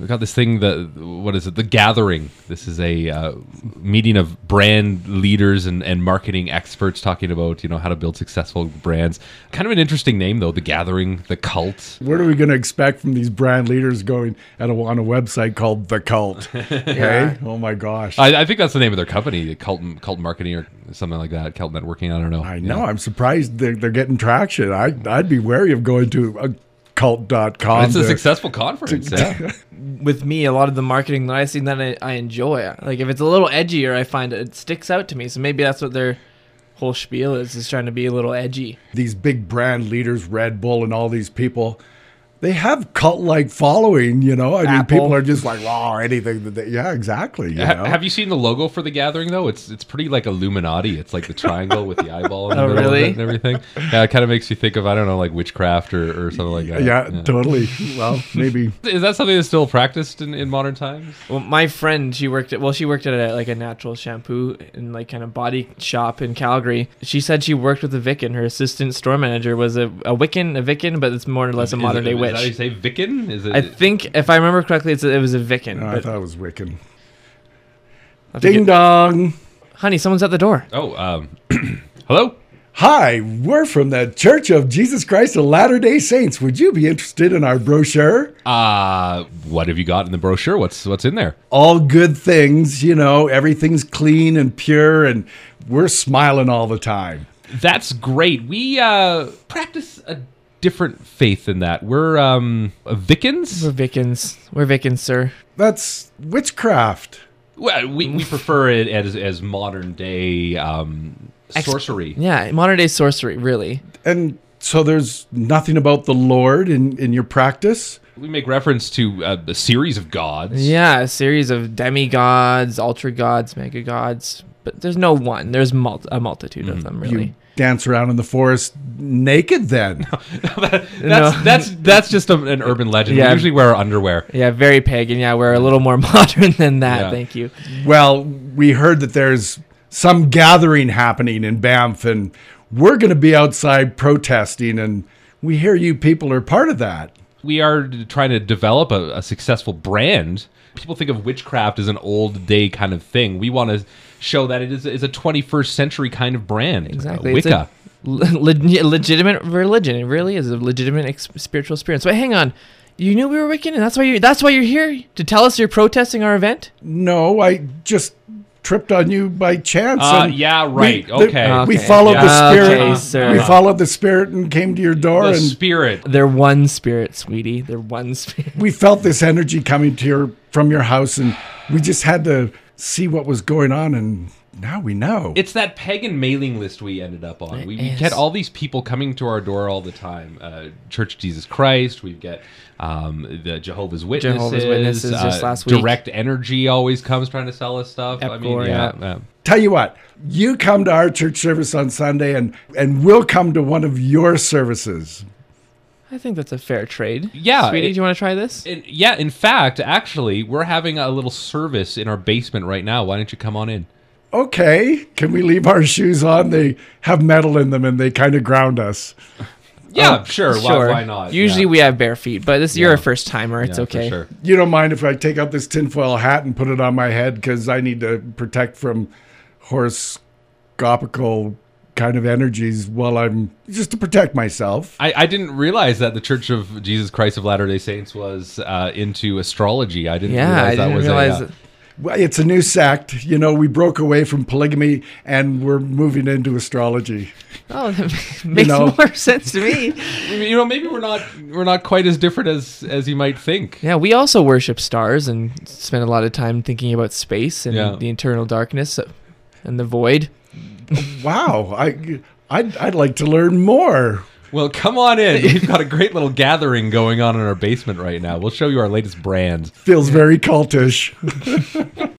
We got this thing that what is it? The Gathering. This is a uh, meeting of brand leaders and, and marketing experts talking about you know how to build successful brands. Kind of an interesting name though. The Gathering, the cult. What are we going to expect from these brand leaders going at a, on a website called The Cult? Hey, oh my gosh! I, I, I think that's the name of their company, the Cult Cult Marketing or something like that. Cult Networking. I don't know. know. I'm surprised they're, they're getting traction. I I'd be wary of going to uh, a cult.com. It's a to- successful conference. yeah. with me, a lot of the marketing that I see that I, I enjoy. Like if it's a little edgier, I find it sticks out to me. So maybe that's what their whole spiel is: is trying to be a little edgy. these big brand leaders, Red Bull, and all these people, they have cult like following. You know, I mean, Apple. people are just like, oh, anything. That they, yeah, exactly. You know? Ha- have you seen the logo for the gathering though? It's it's pretty like Illuminati. It's like the triangle with the eyeball in the Oh, middle of really? it and everything. Yeah, it kind of makes you think of I don't know like witchcraft or, or something like that. yeah, totally. Well, maybe. Is that something that's still practiced in, in modern times? Well, my friend, she worked at well, she worked at a, like a natural shampoo and like kind of body shop in Calgary. She said she worked with a Wiccan. Her assistant store manager was a, a Wiccan, a Wiccan, but it's more or less a Is modern it- day is that witch. how you say Vicken? Is it? I think if I remember correctly, it's a, it was a Wiccan. No, I but thought it was Wiccan. I think Ding it- dong. honey, someone's at the door. oh, um, hello. Hi, we're from the Church of Jesus Christ of Latter day Saints. Would you be interested in our brochure? Uh, what have you got in the brochure? What's what's in there? All good things, you know, everything's clean and pure, and we're smiling all the time. That's great. We uh, practice a different faith than that. We're um, Vickens. We're Wiccans. We're Wiccans, sir. That's witchcraft. Well, we, we prefer it as as modern day um, sorcery. Yeah, modern day sorcery, really. And so there's nothing about the Lord in, in your practice? We make reference to uh, a series of gods. Yeah, a series of demigods, ultra gods, mega gods, but there's no one. There's mul- a multitude of Mm-hmm. them, really. You dance around in the forest naked then. That's that's that's just a, an urban legend. Yeah. We usually wear underwear. Yeah, very pagan. Yeah, we're a little more modern than that. Yeah. Uh, Thank you. well, we heard that there's some gathering happening in Banff and we're going to be outside protesting and we hear you people are part of that. We are d- trying to develop a, a successful brand. People think of witchcraft as an old day kind of thing. We want to show that it is, is a 21st century kind of brand. Exactly. It's Wicca. a le- le- legitimate religion. It really is a legitimate ex- spiritual experience. But hang on, you knew we were Wiccan, and that's why you that's why you're here to tell us you're protesting our event. No, I just tripped on you by chance. Uh, and yeah, right, We, okay. We Okay. followed the Yeah. spirit. Okay, sir. we followed the spirit and came to your door the and spirit. They're one spirit, sweetie. They're one spirit. we felt this energy coming to your from your house and we just had to see what was going on and now we know It's that pagan mailing list we ended up on. We, we is. get all these people coming to our door all the time. Uh, Church of Jesus Christ. We've got um, the Jehovah's Witnesses. Jehovah's Witnesses just uh, last week. Direct Energy always comes trying to sell us stuff. I mean, Epcor, yeah. yeah. yeah. tell you what you come to our church service on sunday and and we'll come to one of your services I think that's a fair trade. Yeah, sweetie, it- do you want to try this? In- yeah, in fact, actually, we're having a little service in our basement right now. Why don't you come on in? okay can we leave our shoes on they have metal in them and they kind of ground us Yeah, sure. Why, why not? Oh, Usually Yeah. we have bare feet, but this you're Yeah. a first timer. It's Yeah, for okay. sure. you don't mind if i take out this tinfoil hat and put it on my head because i need to protect from horoscopical kind of energies while i'm just to protect myself I, I didn't realize that the Church of Jesus Christ of Latter Day Saints was uh, into astrology. I didn't Yeah, realize I that didn't was realize. a, uh, Well, it's a new sect. You know, we broke away from polygamy and we're moving into astrology. Oh, that makes know. more sense to me. you know maybe we're not we're not quite as different as as you might think Yeah, we also worship stars and spend a lot of time thinking about space and Yeah. the internal darkness and the void. Wow. I I'd, I'd like to learn more. well come on in we've got a great little gathering going on in our basement right now we'll show you our latest brands Feels very cultish.